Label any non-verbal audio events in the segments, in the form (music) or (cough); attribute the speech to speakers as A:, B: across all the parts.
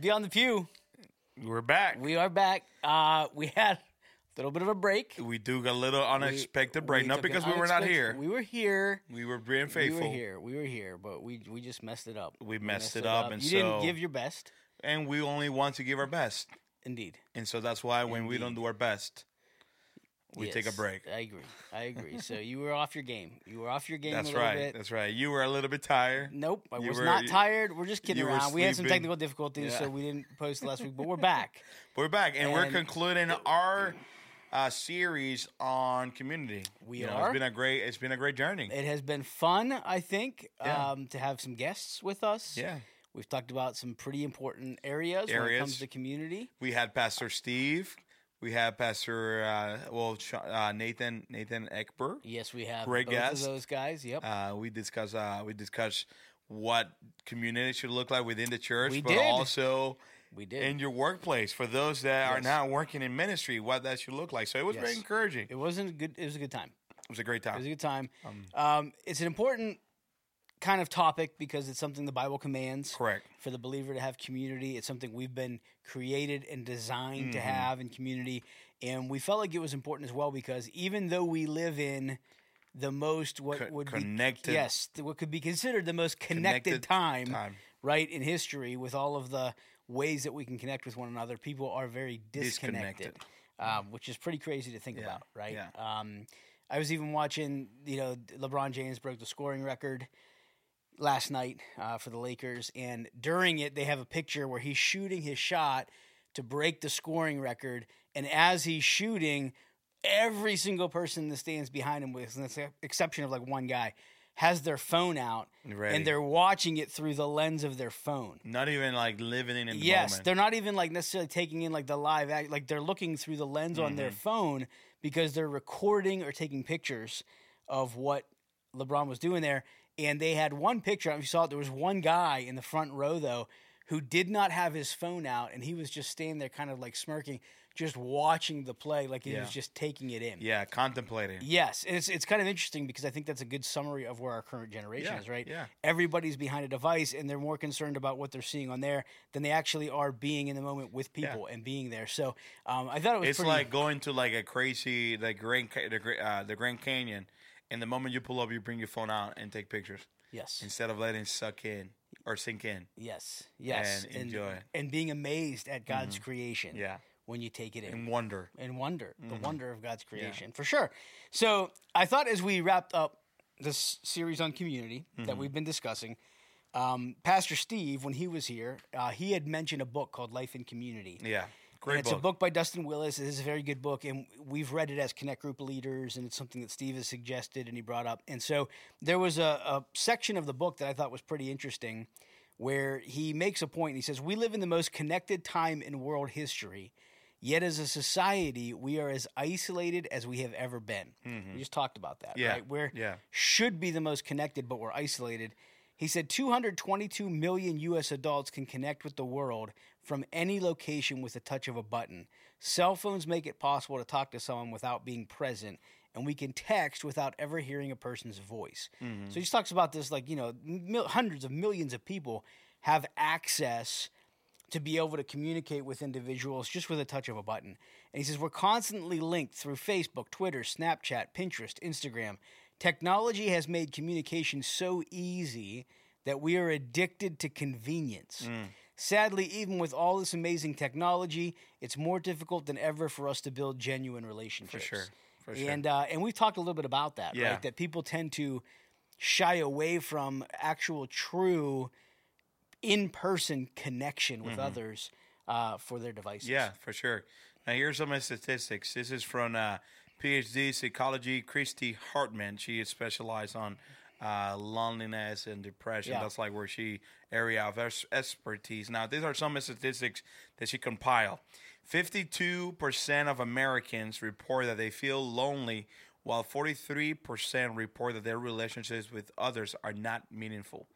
A: Beyond the Pew.
B: We're back. We,
A: We are back. Uh, we had a little bit of a break.
B: do a little unexpected break,
A: We
B: not
A: took an
B: because we were not
A: unexpected-
B: here.
A: We were here.
B: We were being
A: We
B: faithful,
A: were here. We were here, but we we just messed it up.
B: We messed it up, and
A: you
B: so-
A: didn't give your best.
B: and we only want to give our best,
A: Indeed.
B: and so that's why when we don't do our best, we take a
A: Yes,
B: break.
A: I agree.
B: (laughs)
A: I agree. so you were off your game. You were off your game a
B: That's
A: little
B: right.
A: bit.
B: That's right. You were a little bit tired.
A: Nope, I
B: You
A: was
B: were-
A: not tired. We're just kidding
B: you were
A: around. We had some
B: sleeping.
A: technical difficulties,
B: Yeah.
A: so we didn't post last week,
B: (laughs)
A: but we're back.
B: We're back, and, we're
A: And-
B: concluding our uh, series on community.
A: We
B: You know,
A: are.
B: It's been a great. It's been a great journey.
A: It has been fun, I think,
B: Yeah.
A: um, to have some guests with us.
B: yeah,
A: We've talked about some pretty important areas, when it
B: Areas.
A: comes to community.
B: we had Pastor Steve. We had Pastor uh, well Sh- uh, Nathan Nathan Eckberg.
A: Yes, we have
B: Great
A: both
B: guest.
A: of those guys. Yep.
B: Uh, we discuss uh, we discuss what community should look like within the church,
A: We
B: but
A: did.
B: also
A: we did.
B: in your workplace for those that are
A: Yes.
B: now working in ministry, what that should look like. So it was very
A: Yes.
B: encouraging.
A: it
B: It
A: wasn't a good it was a good time.
B: was a great
A: It was a
B: time.
A: good time. um, it's an important kind of topic because it's something the Bible commands.
B: Correct.
A: for the believer to have community. It's something we've been created and designed to
B: Mm-hmm.
A: have in community. And we felt like it was important as well because even though we live in the most what
B: Co-
A: would
B: connected-
A: be yes, th- what could be considered the most connected,
B: Connected
A: time,
B: time.
A: right in history with all of the ways that we can connect with one another. People are very disconnected,
B: Disconnected.
A: um, which is pretty crazy to think about, right?
B: yeah.
A: Um, I was even watching, you know, LeBron James broke the scoring record last night uh, for the Lakers, and during it, they have a picture where he's shooting his shot to break the scoring record, and as he's shooting, every single person in the stands behind him, with the ex- exception of like one guy, has their phone out,
B: Ready.
A: and they're watching it through the lens of their phone.
B: Not even like living in the
A: Yes,
B: moment.
A: they're not even like necessarily taking in like the live act. Like they're looking through the lens on
B: Mm-hmm.
A: their phone because they're recording or taking pictures of what LeBron was doing there. And they had one picture. If you saw it, there was one guy in the front row though who did not have his phone out, and he was just standing there, kind of like smirking, just watching the play, like he
B: Yeah.
A: was just taking it in.
B: Yeah, contemplating.
A: Yes, and it's it's kind of interesting because I think that's a good summary of where our current generation
B: Yeah,
A: is, right?
B: yeah.
A: Everybody's behind a device and they're more concerned about what they're seeing on there than they actually are being in the moment with people and being there. So um, I thought it was
B: It's
A: pretty,
B: like going to like a crazy like Grand Ca- the, Gra- uh, the Grand Canyon, and the moment you pull up, you bring your phone out and take pictures
A: yes,
B: instead of letting it suck in or sink in.
A: yes, yes,
B: and enjoy it.
A: and being amazed at God's creation.
B: Yeah,
A: when you take it in.
B: and Mm-hmm. wonder.
A: and wonder, the wonder of God's creation, for sure. So I thought as we wrapped up this series on community
B: Mm-hmm.
A: that we've been discussing, um, Pastor Steve, when he was here, uh, he had mentioned a book called Life in Community.
B: Yeah,
A: And
B: great
A: it's a book by Dustin Willis. It is a very good book, and we've read it as Connect Group leaders, and it's something that Steve has suggested and he brought up. And so there was a, a section of the book that I thought was pretty interesting where he makes a point and he says, We live in the most connected time in world history, yet as a society, we are as isolated as we have ever been. We just talked about that,
B: Mm-hmm. Yeah,
A: right? We're
B: yeah.
A: should be the most connected, but we're isolated. He said 222 million US adults can connect with the world from any location with the touch of a button. Cell phones make it possible to talk to someone without being present, and we can text without ever hearing a person's voice. So he just talks about this like, you know, mil- hundreds of millions of people have access to be able to communicate with individuals just with a touch of a button. And he says, We're constantly linked through Facebook, Twitter, Snapchat, Pinterest, Instagram. Technology has made communication so easy that we are addicted to convenience. Sadly, even with all this amazing technology, it's more difficult than ever for us to build genuine relationships.
B: sure. For sure.
A: And uh, and we talked a little bit about that,
B: Yeah.
A: right? That people tend to shy away from actual true in-person connection with others uh, for their devices.
B: Mm-hmm. Yeah, for sure. Now here's some statistics. This is from uh, PhD psychology Christy Hartman. She is specialized on uh, loneliness and depression.
A: Yeah.
B: That's like where she area of ex- expertise. Now these are some statistics that she compiled. Fifty-two percent of Americans report that they feel lonely, while forty-three percent report that their relationships with others are not meaningful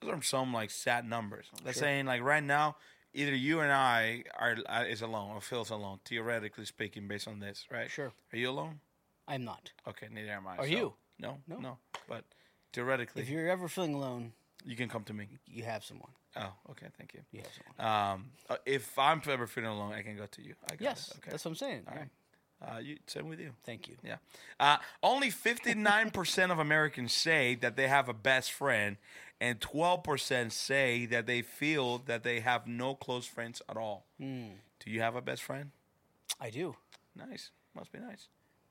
B: those are some like sad numbers. That's saying like right now, either you and I are uh, is alone or feels alone. Theoretically speaking, based on this, right?
A: Sure.
B: Are you alone?
A: I'm not.
B: Okay, neither am I.
A: Are you?
B: No, no,
A: No.
B: But theoretically,
A: If you're ever feeling alone,
B: You can come to me.
A: You have someone.
B: Oh, okay. Thank you.
A: You have someone.
B: Um, uh, if I'm ever feeling alone, I can go to you. I got
A: Yes,
B: it. Okay.
A: that's what I'm saying. All right.
B: Uh, you, same with you.
A: Thank you.
B: Yeah. Uh, only 59% of Americans say that they have a best friend, and 12% say that they feel that they have no close friends at all.
A: Hmm.
B: Do you have a best friend?
A: I do.
B: Nice. Must be nice.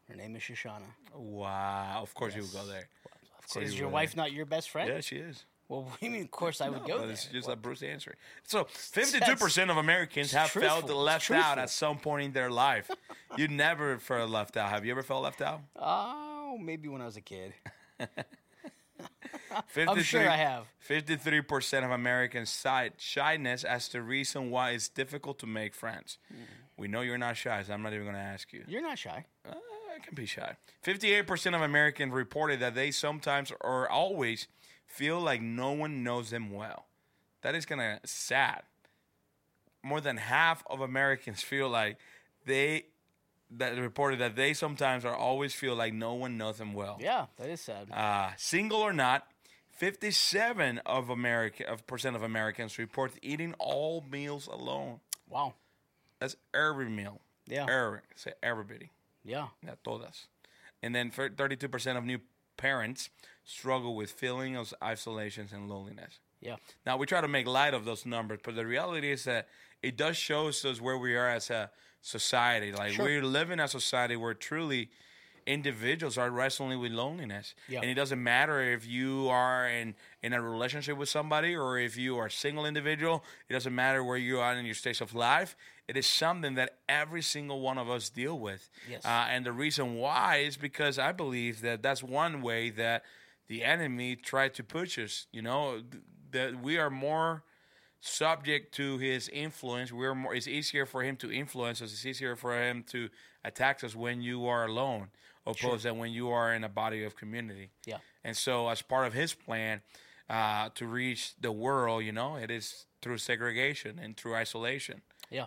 A: Her name is Shoshana.
B: Wow. Of course you would go there.
A: Of course. Is
B: you
A: your
B: would.
A: wife not your best friend?
B: Yeah, she is. Oh,
A: Well, (laughs) what do you mean? Of course, I would go
B: but
A: there.
B: it's just like Bruce answered.
A: (laughs)
B: So, 52% of Americans have
A: truthful.
B: felt
A: It's
B: left out
A: truthful.
B: at some point in their life. you never felt left out. Have you ever felt
A: (laughs)
B: left out?
A: Oh, maybe when I was a
B: (laughs)
A: kid.
B: 53,
A: sure I have.
B: 53% of Americans cite shyness as the reason why it's difficult to make friends. We know you're not shy, so I'm not even going to ask you.
A: You're not shy.
B: Uh, I can be shy. 58% of Americans reported that they sometimes or always feel like no one knows them well. That is kind of sad. More than half of Americans feel like they that reported that they sometimes or always feel like no one knows them well.
A: Yeah, that is sad.
B: Uh, single or not, 57 of America of percent of Americans report eating all meals alone.
A: wow.
B: That's every meal.
A: Yeah.
B: Every, say everybody.
A: Yeah.
B: Yeah, todas. And then for 32% of new parents struggle with feeling of isolations and loneliness.
A: Yeah.
B: Now we try to make light of those numbers, but the reality is that it does show us where we are as a society. Like
A: Sure.
B: we're living in a society where truly individuals are wrestling with loneliness.
A: Yeah.
B: And it doesn't matter if you are in, in a relationship with somebody or if you are a single individual, it doesn't matter where you are in your stage of life. It is something that every single one of us deal with.
A: Yes.
B: Uh, and the reason why is because I believe that that's one way that the enemy tried to push us. You know, th- that we are more subject to his influence. We're more. It's easier for him to influence us. It's easier for him to attack us when you are alone, opposed than when you are in a body of community.
A: Yeah.
B: And so, as part of his plan uh, to reach the world, you know, it is through segregation and through isolation.
A: Yeah.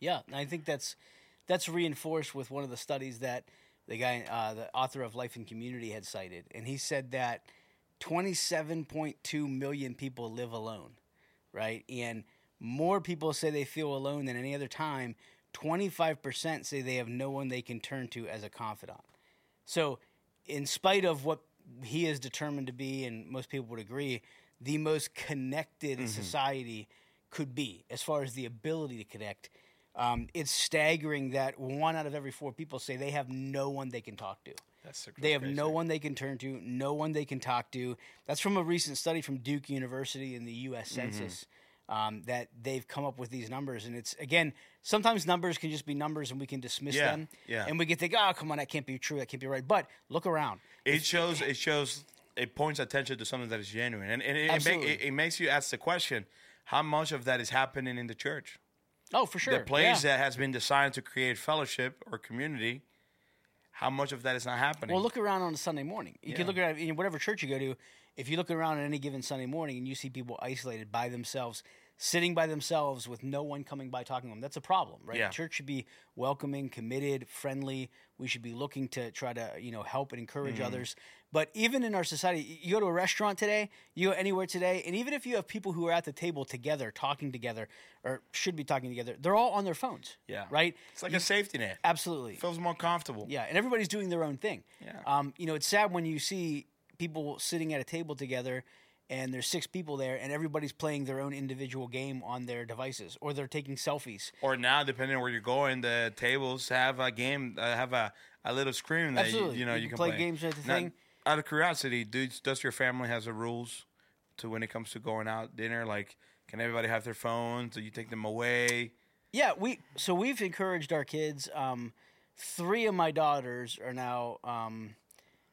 A: Yeah. And I think that's that's reinforced with one of the studies that the guy, uh, the author of Life and Community, had cited, and he said that 27.2 million people live alone, right? And more people say they feel alone than any other time. 25% say they have no one they can turn to as a confidant. So, in spite of what he is determined to be, and most people would agree, the most connected society could be as far as the ability to connect. Um, it's staggering that one out of every four people say they have no one they can talk to.
B: That's
A: They have no one they can turn to, no one they can talk to. That's from a recent study from Duke University in the
B: Mm-hmm.
A: U.S. Census um, that they've come up with these numbers. And it's again, sometimes numbers can just be numbers, and we can dismiss
B: Yeah,
A: them.
B: yeah.
A: And we can think, oh, come on, that can't be true, that can't be right. But look around.
B: It shows. It shows. It points attention to something that is genuine, and, and it, it, make,
A: Absolutely.
B: it, it makes you ask the question: How much of that is happening in the church?
A: Oh, for sure.
B: The place
A: yeah.
B: that has been designed to create fellowship or community, how much of that is not happening?
A: Well, look around on a Sunday morning. You can look around in whatever church you go to. If you look around on any given Sunday morning and you see people isolated by themselves, sitting by themselves with no one coming by talking to them, that's a problem, right?
B: Yeah.
A: Church should be welcoming, committed, friendly. We should be looking to try to you know help and
B: Mm-hmm.
A: encourage others. But even in our society, you go to a restaurant today, you go anywhere today, and even if you have people who are at the table together, talking together, or should be talking together, they're all on their phones.
B: yeah,
A: Right.
B: It's like a safety net.
A: Absolutely.
B: feels more comfortable.
A: Yeah, and everybody's doing their own thing.
B: Yeah.
A: Um, you know, it's sad when you see people sitting at a table together and there's six people there and everybody's playing their own individual game on their devices or they're taking selfies.
B: Or now, depending on where you're going, the tables have a game, uh, have a, a little screen that you,
A: Absolutely.
B: you know
A: You
B: you,
A: can
B: can
A: play
B: play,
A: games at the
B: Now,
A: thing.
B: Out of curiosity, do, does your family has the rules to when it comes to going out dinner? Like, can everybody have their phones? Do you take them away?
A: Yeah, we so we've encouraged our kids. Um, three of my daughters are now um,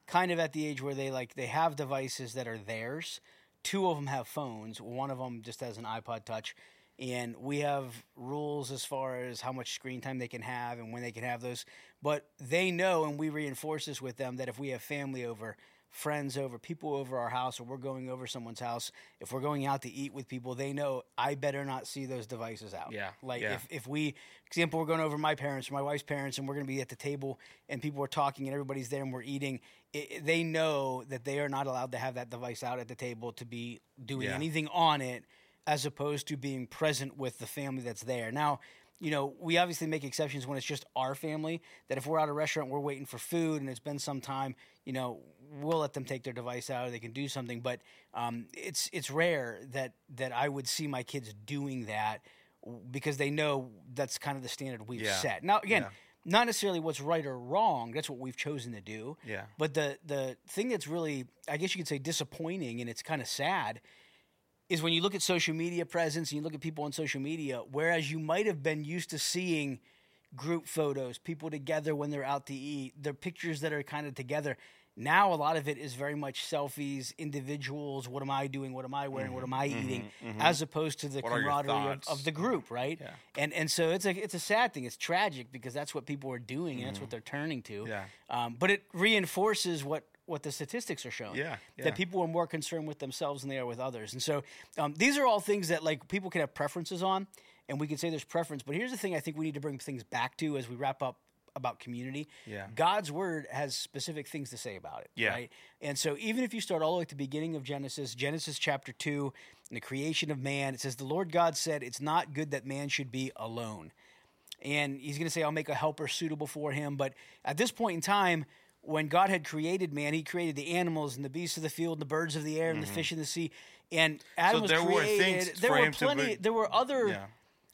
A: kind of at the age where they like they have devices that are theirs. Two of them have phones. One of them just has an iPod Touch, and we have rules as far as how much screen time they can have and when they can have those. But they know, and we reinforce this with them that if we have family over, friends over, people over our house, or we're going over someone's house, if we're going out to eat with people, they know I better not see those devices out.
B: Yeah,
A: Like
B: yeah.
A: if if we example we're going over my parents or my wife's parents and we're going to be at the table and people are talking and everybody's there and we're eating, it, it- they know that they are not allowed to have that device out at the table to be doing
B: Yeah.
A: anything on it as opposed to being present with the family that's there. Now, you know, we obviously make exceptions when it's just our family. That if we're at a restaurant, we're waiting for food, and it's been some time. You know, we'll let them take their device out, or they can do something. But um, it's it's rare that that I would see my kids doing that w- because they know that's kind of the standard we've
B: Yeah.
A: set. Now, again,
B: Yeah.
A: not necessarily what's right or wrong. That's what we've chosen to do.
B: Yeah.
A: But the the thing that's really, I guess you could say, disappointing, and it's kind of sad, is when you look at social media presence and you look at people on social media, whereas you might have been used to seeing group photos, people together when they're out to eat, their pictures that are kind of together. Now a lot of it is very much selfies, individuals. What am I doing? What am I wearing? What am I eating? As opposed to the
B: Mm-hmm, What are your
A: camaraderie of,
B: thoughts?
A: of the group, right?
B: Yeah.
A: And and so it's a it's a sad thing. It's tragic because that's what people are doing and that's what they're turning to.
B: Mm-hmm. Yeah.
A: Um, but it reinforces what what the statistics are showing.
B: Yeah, yeah.
A: That people are more concerned with themselves than they are with others. And so um, these are all things that like people can have preferences on, and we can say there's preference. But here's the thing: I think we need to bring things back to as we wrap up about community.
B: Yeah.
A: God's word has specific things to say about it.
B: Yeah.
A: Right. And so even if you start all the way at the beginning of Genesis, Genesis chapter 2, and the creation of man, it says, The Lord God said, It's not good that man should be alone. And he's going to say, I'll make a helper suitable for him. But at this point in time, when God had created man, he created the animals and the beasts of the field, and the birds of the air, and the fish in the sea. And Adam was
B: Mm-hmm. there were
A: created.
B: things
A: there
B: for
A: were
B: him to be-
A: plenty. there were other.
B: Yeah.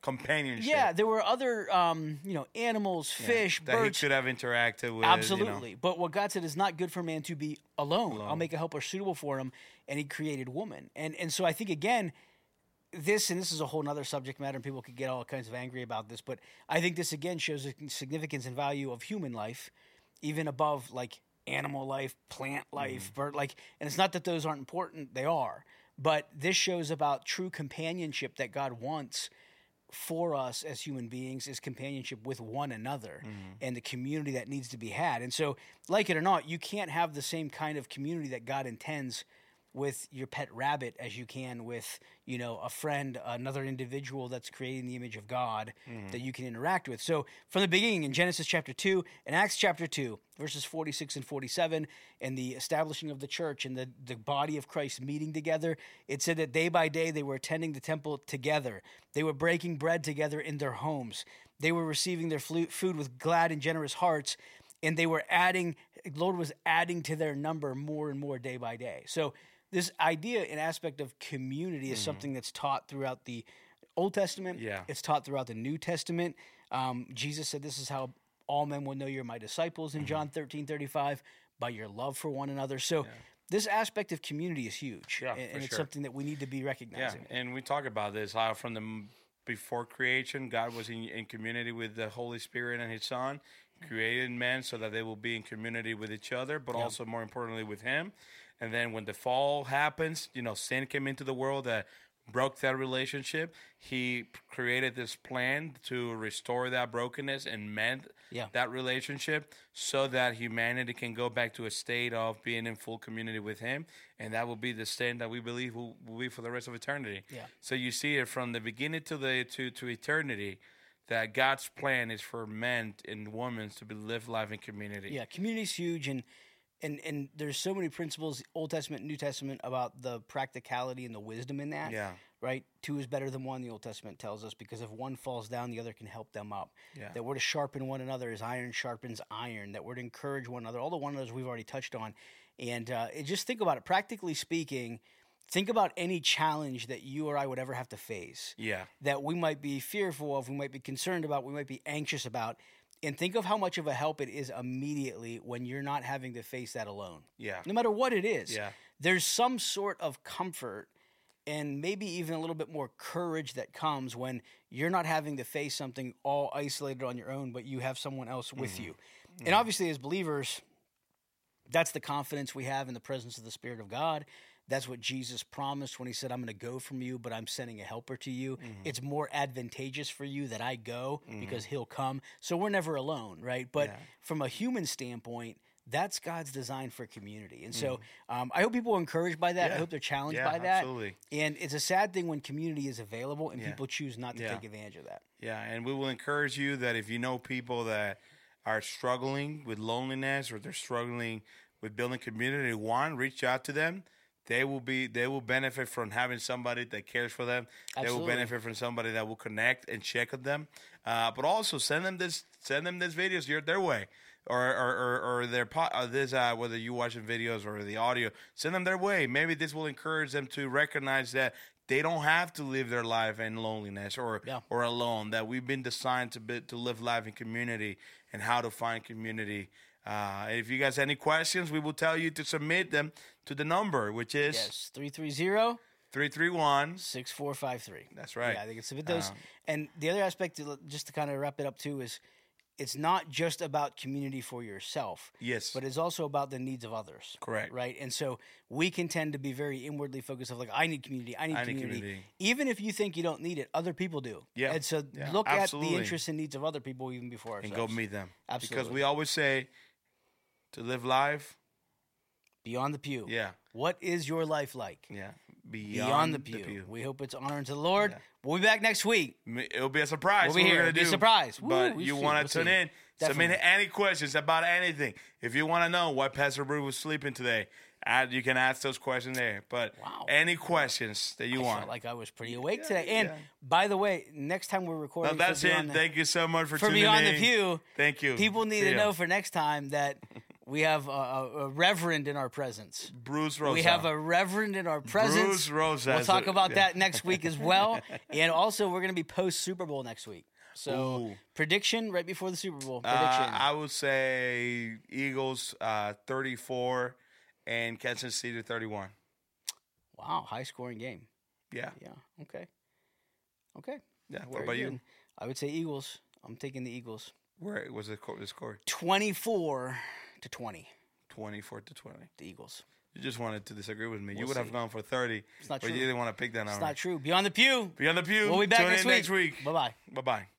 B: Companionship.
A: Yeah, there were other, um, you know, animals, fish,
B: That
A: birds,
B: he could have interacted with. you know.
A: Absolutely. But what God said is not good for man to be alone. I'll make a helper suitable for him. And he created woman. And and so I think again, this and this is a whole nother subject matter and people could get all kinds of angry about this, but I think this again shows the significance and value of human life, even above like animal life, plant
B: Mm-hmm.
A: life, bird like and it's not that those aren't important, they are. But this shows about true companionship that God wants for us as human beings is companionship with one another
B: Mm-hmm.
A: and the community that needs to be had. And so, like it or not, you can't have the same kind of community that God intends with your pet rabbit as you can with, you know, a friend, another individual that's creating the image of God that you can interact with. So, from the beginning in Genesis chapter 2 and Acts chapter 2, verses 46 and 47 and the establishing of the church and the, the body of christ meeting together it said that day by day they were attending the temple together they were breaking bread together in their homes they were receiving their flu- food with glad and generous hearts and they were adding lord was adding to their number more and more day by day so this idea and aspect of community is something that's taught throughout the old testament
B: Mm-hmm. Yeah.
A: it's taught throughout the New Testament. Um, Jesus said, This is how all men will know you're my disciples
B: Mm-hmm.
A: in John 13 35, by your love for one another. So, this aspect of community is huge.
B: Yeah,
A: and
B: for
A: and it's
B: sure.
A: something that we need to be
B: Yeah,
A: recognizing.
B: and we talk about this how from the m- before creation, God was in, in community with the Holy Spirit and His Son, created man so that they will be in community with each other, but also more importantly with Him. And then when the fall happens, you know, sin came into the world that broke that relationship. He p- created this plan to restore that brokenness and mend
A: Yeah.
B: that relationship so that humanity can go back to a state of being in full community with him and that will be the state that we believe will, will be for the rest of eternity
A: Yeah.
B: so you see it from the beginning to the to, to eternity that god's plan is for men and women to be live life in community
A: Yeah, community's huge, and and and there's so many principles, Old Testament, New Testament, about the practicality and the wisdom in that.
B: Yeah.
A: Right. Two is better than one. The Old Testament tells us because if one falls down, the other can help them up.
B: Yeah.
A: That we're to sharpen one another as iron sharpens iron. That we're to encourage one another. All the one another's we've already touched on, and uh, it- just think about it. Practically speaking, think about any challenge that you or I would ever have to face
B: yeah
A: that we might be fearful of, we might be concerned about, we might be anxious about. And think of how much of a help it is immediately when you're not having to face that alone.
B: yeah
A: No matter what it is,
B: Yeah.
A: there's some sort of comfort and maybe even a little bit more courage that comes when you're not having to face something all isolated on your own, but you have someone else with you. And obviously, as believers, that's the confidence we have in the presence of the Spirit of God. That's what Jesus promised when he said, I'm going to go from you, but I'm sending a helper to you.
B: Mm-hmm.
A: It's more advantageous for you that I go because he'll come. So we're never alone, right? But from a human standpoint, that's God's design for community. And so um, I hope people are encouraged by that. I
B: Mm-hmm. Yeah.
A: hope they're challenged
B: Yeah,
A: by that.
B: absolutely.
A: And it's a sad thing when community is available and
B: Yeah.
A: people choose not to
B: Yeah.
A: take advantage of that.
B: Yeah, and we will encourage you that if you know people that are struggling with loneliness or they're struggling with building community, one, reach out to them. They will be they will benefit from having somebody that cares for them. They will
A: Absolutely.
B: benefit from somebody that will connect and check on them. Uh, but also send them this send them this videos your their way. Or, or, or, or their pot or this uh, whether you watching videos or the audio send them their way maybe this will encourage them to recognize that they don't have to live their life in loneliness or
A: Yeah.
B: or alone. That we've been designed to be, to live life in community and how to find community. Uh, if you guys have any questions, we will tell you to submit them to the number, which is
A: Yes, 330
B: three three one.
A: 6453.
B: That's right.
A: Yeah, they can submit those.
B: Um,
A: and the other aspect, to- just to kind of wrap it up too, is it's not just about community for yourself.
B: Yes,
A: but it's also about the needs of others.
B: Correct.
A: Right. And so we can tend to be very inwardly focused of like, I need community. I need,
B: I need
A: community.
B: community.
A: Even if you think you don't need it, other people do.
B: Yeah,
A: And so
B: yeah,
A: look at
B: absolutely.
A: the interests and needs of other people even before
B: and
A: ourselves.
B: go meet them because
A: Absolutely.
B: we always say to live life.
A: Beyond the pew.
B: Yeah,
A: What is your life like?
B: yeah.
A: Beyond, the, pew. We hope it's honoring to the Lord. We'll be back next week.
B: M- It'll be a surprise.
A: We'll be
B: what we're
A: here.
B: gonna
A: Be
B: do.
A: surprised. Woo,
B: But
A: we
B: you
A: see.
B: want
A: We'll
B: to tune
A: see.
B: in. Submit
A: Definitely.
B: any questions about anything. If you want to know why Pastor Brew was sleeping today, uh, you can ask those questions there. But
A: Wow.
B: any questions that you
A: I
B: want.
A: felt like I was pretty awake today. And
B: yeah.
A: by the way, next time we're
B: Well,
A: recording, for
B: that's it.
A: Beyond the-
B: Thank you so much for,
A: for
B: tuning
A: Beyond
B: in.
A: the Pew.
B: Thank you.
A: People need
B: See
A: to
B: ya.
A: know for next time that we have a, a, a reverend in our presence.
B: Bruce Rosa.
A: We have a reverend in our presence.
B: Bruce Rosa
A: We'll
B: is
A: talk
B: a-
A: about
B: yeah.
A: that next week as
B: (laughs)
A: well. and also, we're going to be post Super Bowl next week. So
B: Ooh.
A: prediction right before the Super Bowl. Prediction.
B: Uh, I would say Eagles uh, 34 and Kansas City 31.
A: wow, high scoring game.
B: Yeah.
A: Yeah. Okay. Okay.
B: Yeah. What
A: Very
B: about you?
A: good. I would say Eagles. I'm taking the Eagles.
B: Where was the score? The score?
A: Twenty-four to twenty.
B: 24 to 20.
A: The Eagles.
B: You just wanted to disagree with me. you
A: We'll
B: would
A: see.
B: have gone for 30,
A: not
B: but
A: true.
B: you didn't want to pick that
A: It's
B: number.
A: not true. Beyond the pew.
B: Beyond the Pew.
A: We'll be back
B: Tune
A: next
B: in
A: week.
B: next week.
A: Bye bye.
B: Bye-bye.